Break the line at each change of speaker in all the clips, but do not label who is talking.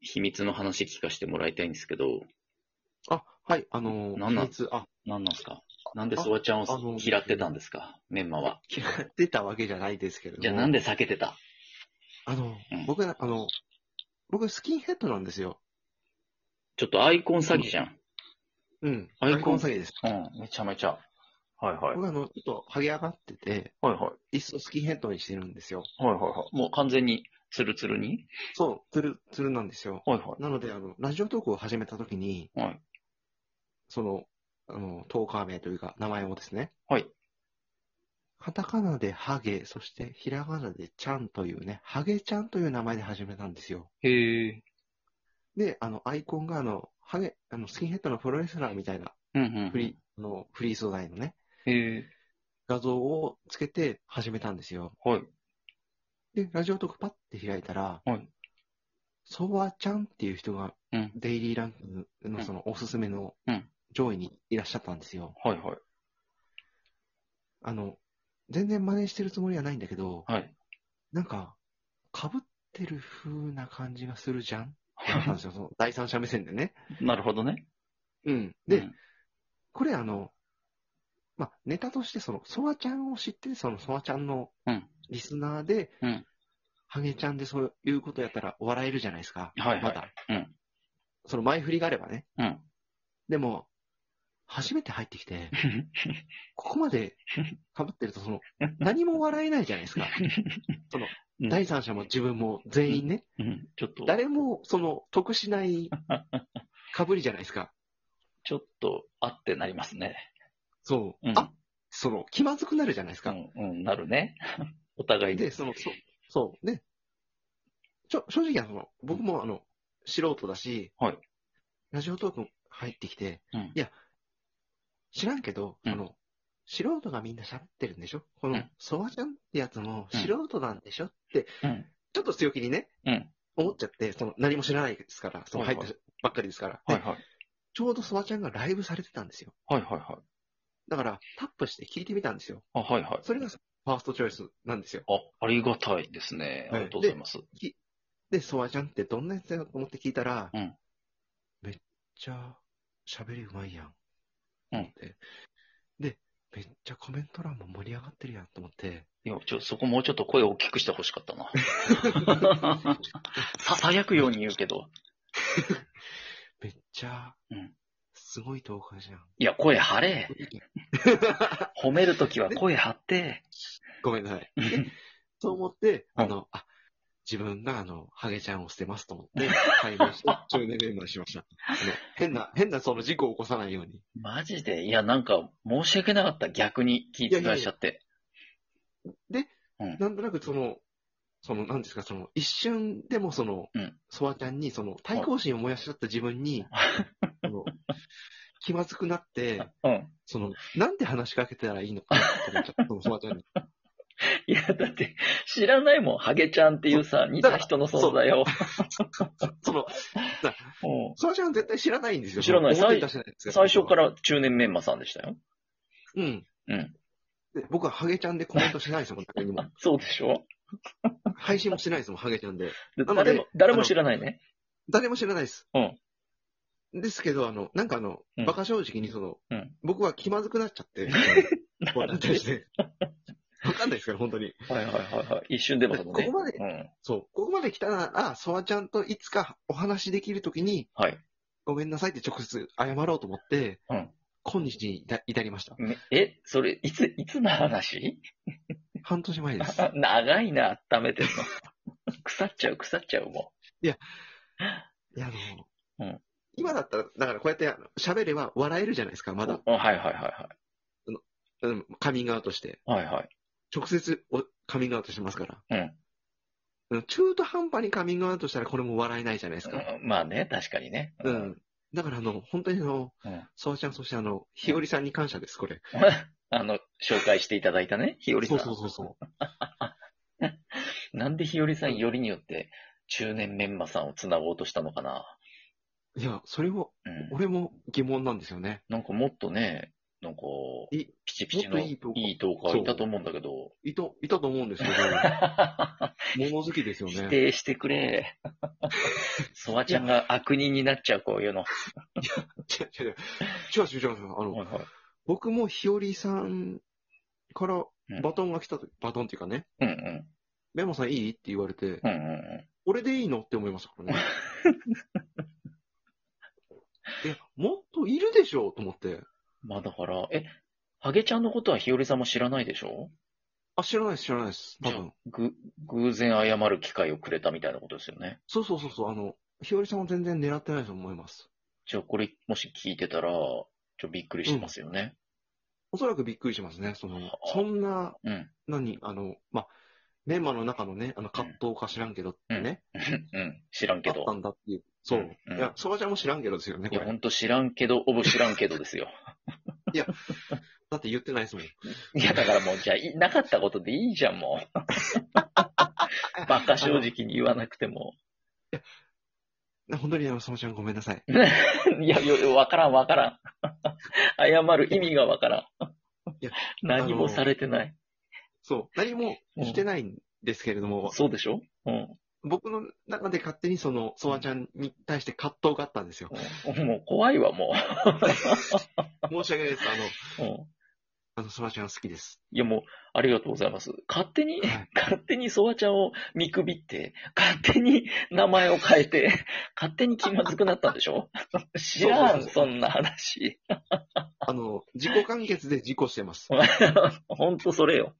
秘密の話聞かせてもらいたいんですけど、
あ、はい、あのー、
なんなん
秘密あ、
何なんですかなんでソワちゃんを
ああの
嫌ってたんですかメンマは。
嫌ってたわけじゃないですけれども。
じゃあなんで避けてた
あの
うん、
僕な、あの、僕スキンヘッドなんですよ。
ちょっとアイコン詐欺じゃん。
うん。
アイコン
詐欺です。
うん、めちゃめちゃ。はいはい。
僕あの、ちょっと、ハゲ上がってて、
はいはい。
いっそスキンヘッドにしてるんですよ。
はいはいはい。もう完全にツルツルに
そう、つる、つるなんですよ。
はいは
なので、あの、ラジオトークを始めたときに、
い。はい。
その、あの、トーカー名というか、名前をですね。
はい。
カタカナでハゲ、そしてひらがなでちゃんというね、ハゲちゃんという名前で始めたんですよ。
へえ。
で、あの、アイコンが、あの、ハゲ、あの、スキンヘッドのプロレスラーみたいな、
うんうんうん。
フリー、あの、フリー素材のね、
へえ。
画像をつけて始めたんですよ。
はい。
で、ラジオトークパッて開いたら、
はい
ソワちゃんっていう人が
うん、
デイリーランク
うん
のそのおすすめの
うん
上位にいらっしゃったんですよ。
はいはい。
あの、全然真似してるつもりはないんだけど、
はい。
なんか、被ってる風な感じがするじゃんって言ったんですよ、その第三者目線でね。
なるほどね。
うん。で、
うん
これあの、まあ、ネタとしてその、ソワちゃんを知ってるそのソワちゃんの
うん
リスナーで、
うん
ハゲちゃんでそういうことやったら笑えるじゃないですか。
はいはい
まだ。
うん
その前振りがあればね。
うん。
でも、初めて入って きて、ここまで被ってると、その、何も笑えないじゃないですか。その、
うん
第三者も自分も全員ね、
うん。ちょっと、
誰も、その、得しない被りじゃないですか。
ちょっと、あってなりますね。
そう。
うん。
あ、その、気まずくなるじゃないです
う
か。
ん、うん、なるね。 お互いに。
で、その、そう、そう、で、ちょ、正直あの、僕もあの、素人だし、
はい
ラジオトーク入ってきて、
うん
いや、知らんけど、
うん
あの、素人がみんな喋ってるんでしょ
う
この
ん、
ソワちゃんってやつも
うん
素人なんでしょって、
うん。
ちょっと強気にね、
うん
思っちゃって、その、何も知らないですから、その、
はい
入
は
っ
い
たばっかりですから、
はい
で
はい。
ちょうどソワちゃんがライブされてたんですよ。
はいはいはい。
だから、タップして聞いてみたんですよ。
あ、はいはい。
それがファーストチョイスなんですよ。
あ、ありがたいですね。あ
はい
りがとうございます。
で、ソワちゃんってどんなやつだと思って聞いたら、
うん
めっちゃ喋りうまいやん。
うん
思って。で、めっちゃコメント欄も盛り上がってるやんと 思って。
いや、ちょ、そこもうちょっと声を大きくしてほしかったな。 ささやくように言うけど。
めっちゃ
うん、
すごい動画じゃん。
いや、声張れ。褒めるときは声張って。
ごめんな さい。と思って、あの、あ、自分があの、ハゲちゃんを捨てますと思 って、解明して、中年メンバーにしました。あの変な、変なその事故を起こさないように。
マジでいや、なんか、申し訳なかった。逆に聞いてらっしゃって。
なんとなくその、その、なんですか、その、一瞬でもその
うん、
ソワちゃんに、その、対抗心を燃やしちゃった自 分に、あの気まずくなって、
うん。
その、なんて話しかけたらいいのかなって思っちゃった、そのソワちゃんに。
いや、だって、知らないもん。ハゲちゃんっていうさ、似た人の存在を。
その、
う
ソワちゃんは絶対知らないんですよ。
知らない
表に出してないんです
ん
よ
最初か。ら中年メンマさんでしたよ。
うん。
うん
で僕はハゲちゃんでコメントしないですもん、誰にも。
そうでしょ
配信もしないですもん、ハゲちゃんで。
で
なので
誰も、誰も知らないね。
誰も知らないです。
うん
ですけど、あの、なんかあの
うん、
馬鹿正直にその、
うん
僕は気まずくなっちゃって、
な
わ
るほ
かんな
ど
いですね。わかんないですから、本当に。
はいはいはいはい。一瞬でもそのね。
ここまで
うん。
そう。ここまで来たら、あ、ソワちゃんといつかお話しできるときに、
はい。
ごめんなさいって直接謝ろうと思って、
うん
今日に至至りました。
めえ、それ、いつ、いつの話
半年 前です。
長いな、温めてるの。 腐っちゃう、腐っちゃう、も
いや、あの、
うん
今だったら、だからこうやってあの喋れば笑えるじゃないですか、ま
う。
だ。
うんはいはいは
うん、カミングアウトして。
いはい。はいはい。
直接おカミングアウトしてますから。うん。中途半端にカミングアウトしたらこれも笑えないじゃないですか。
うんまあね、確かにね。
う。ん。だから、あの、本当にあの
うん、
ソワちゃん、そしてあの、ひよりさんに感謝です、これ。
あの、紹介していただいたね、ひよりさ
そ
ん。
うそうそうそう。
なんでひよりさんよりによって、中年メンマさんを繋ごうとしたのかな。
いや、それも、
うん。
俺も疑問なんですよね。
なんかもっとね、なんか、
え
ピチピチの
もっとい
い
い動画
い動画いたと思うんだけど、
いた、いたと思うん ですけど、物好きです よ
否
ね。
定してく れ。ソワちゃんが悪人になっちゃう、こういうの。
違う違う違う違う違う違う。あの、
はいはい
僕もひよりさんからバトンが来たとき、バトンっていうかね、
うんうん。
メモさんいいって言われて、
うんうんう
俺でいいのって思いました からね。いや、もっといるでしょうと思って。
ん。まあだから、え、ハゲちゃんのことはひよりさんも知らないでしょ
あ、知らないです、知らないです。多分。
ぐ、偶然謝る機会をくれたみたいなことですよね。
そうそうそうそう、あの、ひよりさんは全然狙ってないと思います。
じゃあこれ、もし聞いてたら、ちょっとびっくりしてますよね。
おそらくびっくりしますね。その
は、あ
そんな、
うん。
何、あの、まあ、メンバーの中のね、あの、葛藤か知らんけどってね、
うん。知らんけ
あっ
ど
た。んだっていう。そう。
うん
いや、そばちゃんも知らんけどですよね、
い
こ
や、ほ
れ。
んと知らんけど、おぼ知らんけどですよ。
だって言ってないですもん。
いや、だからもう、じゃあ、いなかったことでいいじゃん、もう。バカ正直に言わなくても。
ね本当に、あの、そばちゃんごめんなさい。
いや、よわからん、わからん。謝る意味がわからん
いや。
何もされてない。
そう。何もしてないんですけれども、
そうでしょうん。
僕の中で勝手にその、ソワちゃんに対して葛藤があったんですよ。
うんもう怖いわ、も
申し訳ないです。あの、
う。うん
あの、ソワちゃん好きです。
いやもう、ありがとうございます。勝手に、
はい
勝手にソワちゃんを見くびって、勝手に名前を変えて、勝手に気まずくなったんでしょ知らん、
そうそう
そんな話。
あの、自己完結で自己してます。
ほんとそれよ。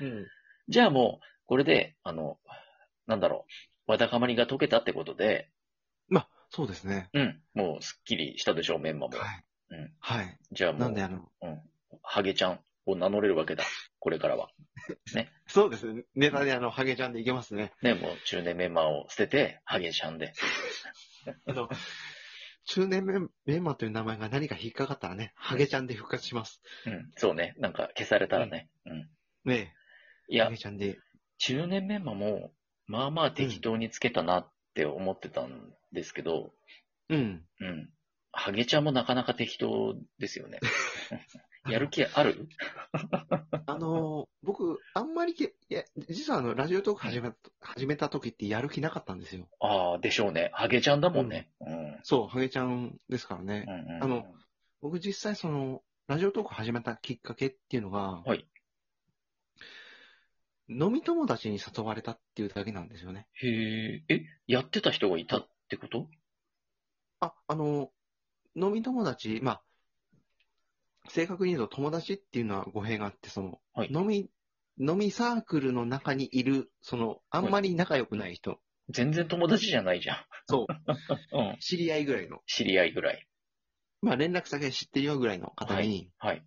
うん。
じゃあもう、これで、あの、なんだろう、わだかまりが解けたってことで、
まあ、そうですね。
うん、もうすっきりしたでしょう、メンマも。
はい。
うん
はい。
じゃあも
な
うん
で、、あの、
ハゲちゃんを名乗れるわけだ、これからは。
そうですね。ネタであの、ハゲちゃんでいけますね。
ね、もう中年メンマを捨てて、ハゲちゃんで。
あの、中年メンメンマという名前が何か引っかかったらね、ハゲちゃんで復活します。
うん、そうね、なんか消されたらね。うん。
ね
い
え、
や
ハゲ、ちゃんで。
中年メンマも、まあまあ適当につけたなって思ってたんですけど、
うん。
うん。ハゲちゃんもなかなか適当です よね。やる気ある
あの、僕、あんまりけ、いや、実はあの、ラジオトーク始めた、始めた時ってやる気なかったんですよ。
ああ、でしょうね。ハゲちゃんだもんね。うん。うん
そう、ハゲちゃんですからね。
うんうん
あの、僕実際その、ラジオトーク始めたきっかけっていうのが、
はい
飲み友達に誘われたっていうだけなんですよね。
へえ、え、やってた人がいたってこと
あ、あの、飲み友達、まあ、正確に言うと友達っていうのは語弊があって、その、
はい
飲み、飲みサークルの中にいる、その、あんまり仲良くない人、
全然友達じゃないじゃん。
そう、
うん。
知り合いぐらいの、
知り合いぐらい。
まあ連絡先は知ってるよぐらいの方に、
はい。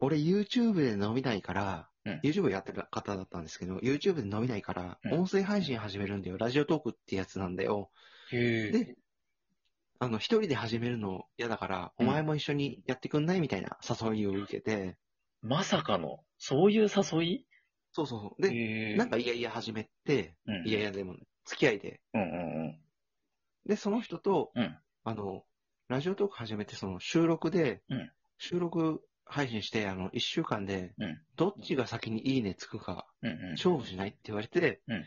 俺 YouTube で飲みないから、
うん
YouTube やってる方だったんですけど、YouTube で飲みないから、
うん
音声配信始めるんだよ、ラジオトークってやつなんだよ。
へえ。
で、あの、一人で始めるの嫌だから、
う
お
ん
前も一緒にやってくんないみたいな誘いを受けて、
まさかの、そういう誘い
そうそうそう。で、
へえ
なんかいやいや始めて、
うん
いやいやでも、付き合いで。
うんうんうん。
で、その人と、
うん
あの、ラジオトーク始めて、その収録で、
うん
収録配信して、あの、一週間で、
うん
どっちが先にいいねつくか、
うんうん。
勝負しないって言われて、
うん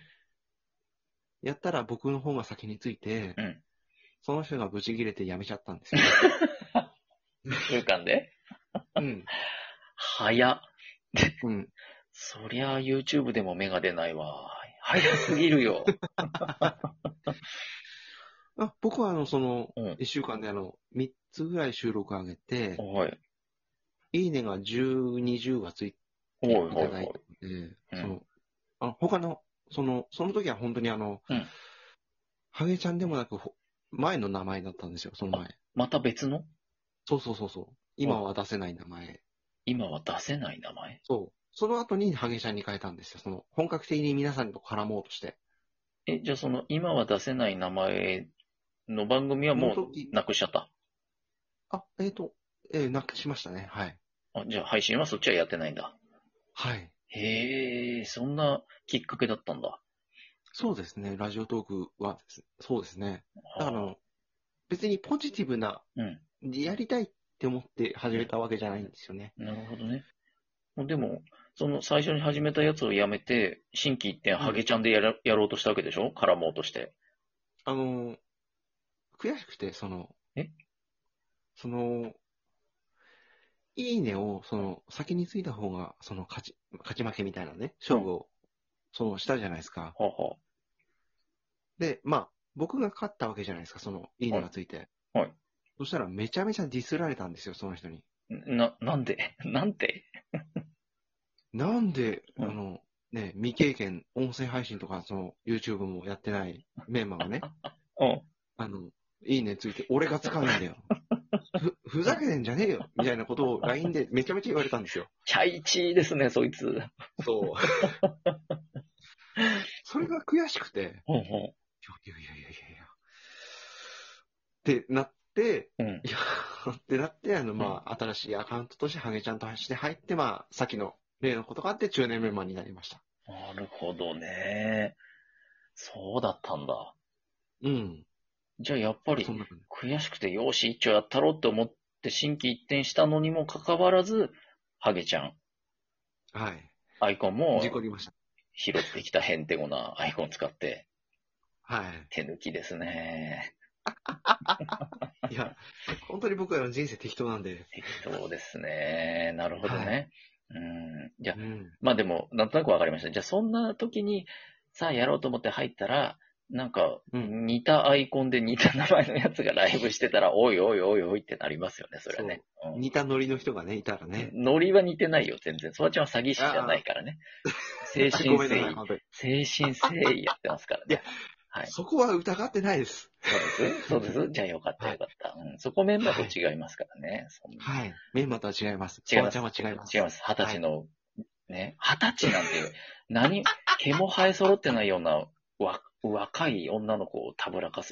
やったら僕の方が先について、
うん
その人がブチ切れて辞めちゃったんで すよ。
中間で
うん。
早っ。
うん。
そりゃあ YouTube でも芽が出ないわ。早すぎる よ。
あ僕はあの、その
うん、
一週間であの、3つぐらい収録上げて、
おい。
いいねが10、20がつい
お
て
い
い
おい
た
お
だい
い
て。て、
うん
そのあの他の、その、その時は本当にあの、
うん
ハゲちゃんでもなく、ほ前の名前だったんですよ、その前。
また別の
そうそうそうそう。今は出せない名前。
今は出せない名前
そう。その後にハゲちゃんに変えたんですよ。その、本格的に皆さんと絡もうとして。
え、じゃあその今は出せない名前の番組はも
その
う
時
なくしちゃった。
あ、えっ、と、えーなくしましたね。はい。
あ、じゃあ配信はそっちはやってないんだ。
はい。
へえ、そんなきっかけだったんだ。
そうですね。ラジオトークはです、そうですね。だ
あ
からあの、別にポジティブな、
うん
やりたいっって思って始めたわけじゃないんですよね。
なるほどね。もうでも、その最初に始めたやつをやめて、新規一点ハゲちゃんでやらやろうとしたわけでしょ絡もうとして。
あの、悔しくて、その、
え
その、いいねを、その、先についた方が、その、勝ち、勝ち負けみたいなね、勝負を、その、したじゃないですか。
はあ、は
で、まあ、僕が勝ったわけじゃないですか、その、いいねがついて。
はいはい
そしたら、めちゃめちゃディスられたんですよ、その人に。
あ、な、なんで なんで
なんで、
うん
あの、ね、未経験、音声配信とか、その、YouTube もやってないメンバーがね、
うん。
あの、いいねついて、俺が使うんだよ。ふ、ふざけてんじゃねえよみたいなことを LINE でめちゃめちゃ言われたんですよ。
チャイチーですね、そいつ。
そう。 それが悔しくて、いやい
ほうほ
やいやいやいやいや。ってなって、
う。うん。
いや、ってなって、あの、まあ、新しいアカウントとして、ハゲちゃんとして入って、まあ、さっきの例のことがあって、中年メンバーになりました。
なるほどね。そうだったんだ。
うん。
じゃあやっぱり
そんな感じ。
悔しくて、よし、一丁やったろうって思って新規一転したのにもかかわらず、ハゲちゃん、
はい。
アイコンも
事故りました。
拾ってきたヘンテコなアイコン使って、
はい。
手抜きですね。
いや、本当に僕らの人生適当なんで。
適当ですね。なるほどね。うん。じゃあ
うん。
まあでも、なんとなくわかりました。じゃあそんな時に、さあやろうと思って入ったら、なんか、
うん
似たアイコンで似た名前のやつがライブしてたら、 おいおいおいおいってなりますよね、それはね。うん
似たノリの人がね、いたらね。
ノリは似てないよ、全然。そばちゃんは詐欺師じゃないからね。精神
ごめん
誠
なさい、
意、
本当に。
精神誠意やってますからね。はい
そこは疑ってないです。
そうですそうですじゃあよかった
は
よ
い
かった。うん、そこメンバーと違いますからね。そんな
はい。メンバーとは違います。
違います
ソワちゃんは違います。
違います。二十歳の、ね、二十歳なんて、何、毛も生え揃ってないような、わ、若い女の子をたぶらかす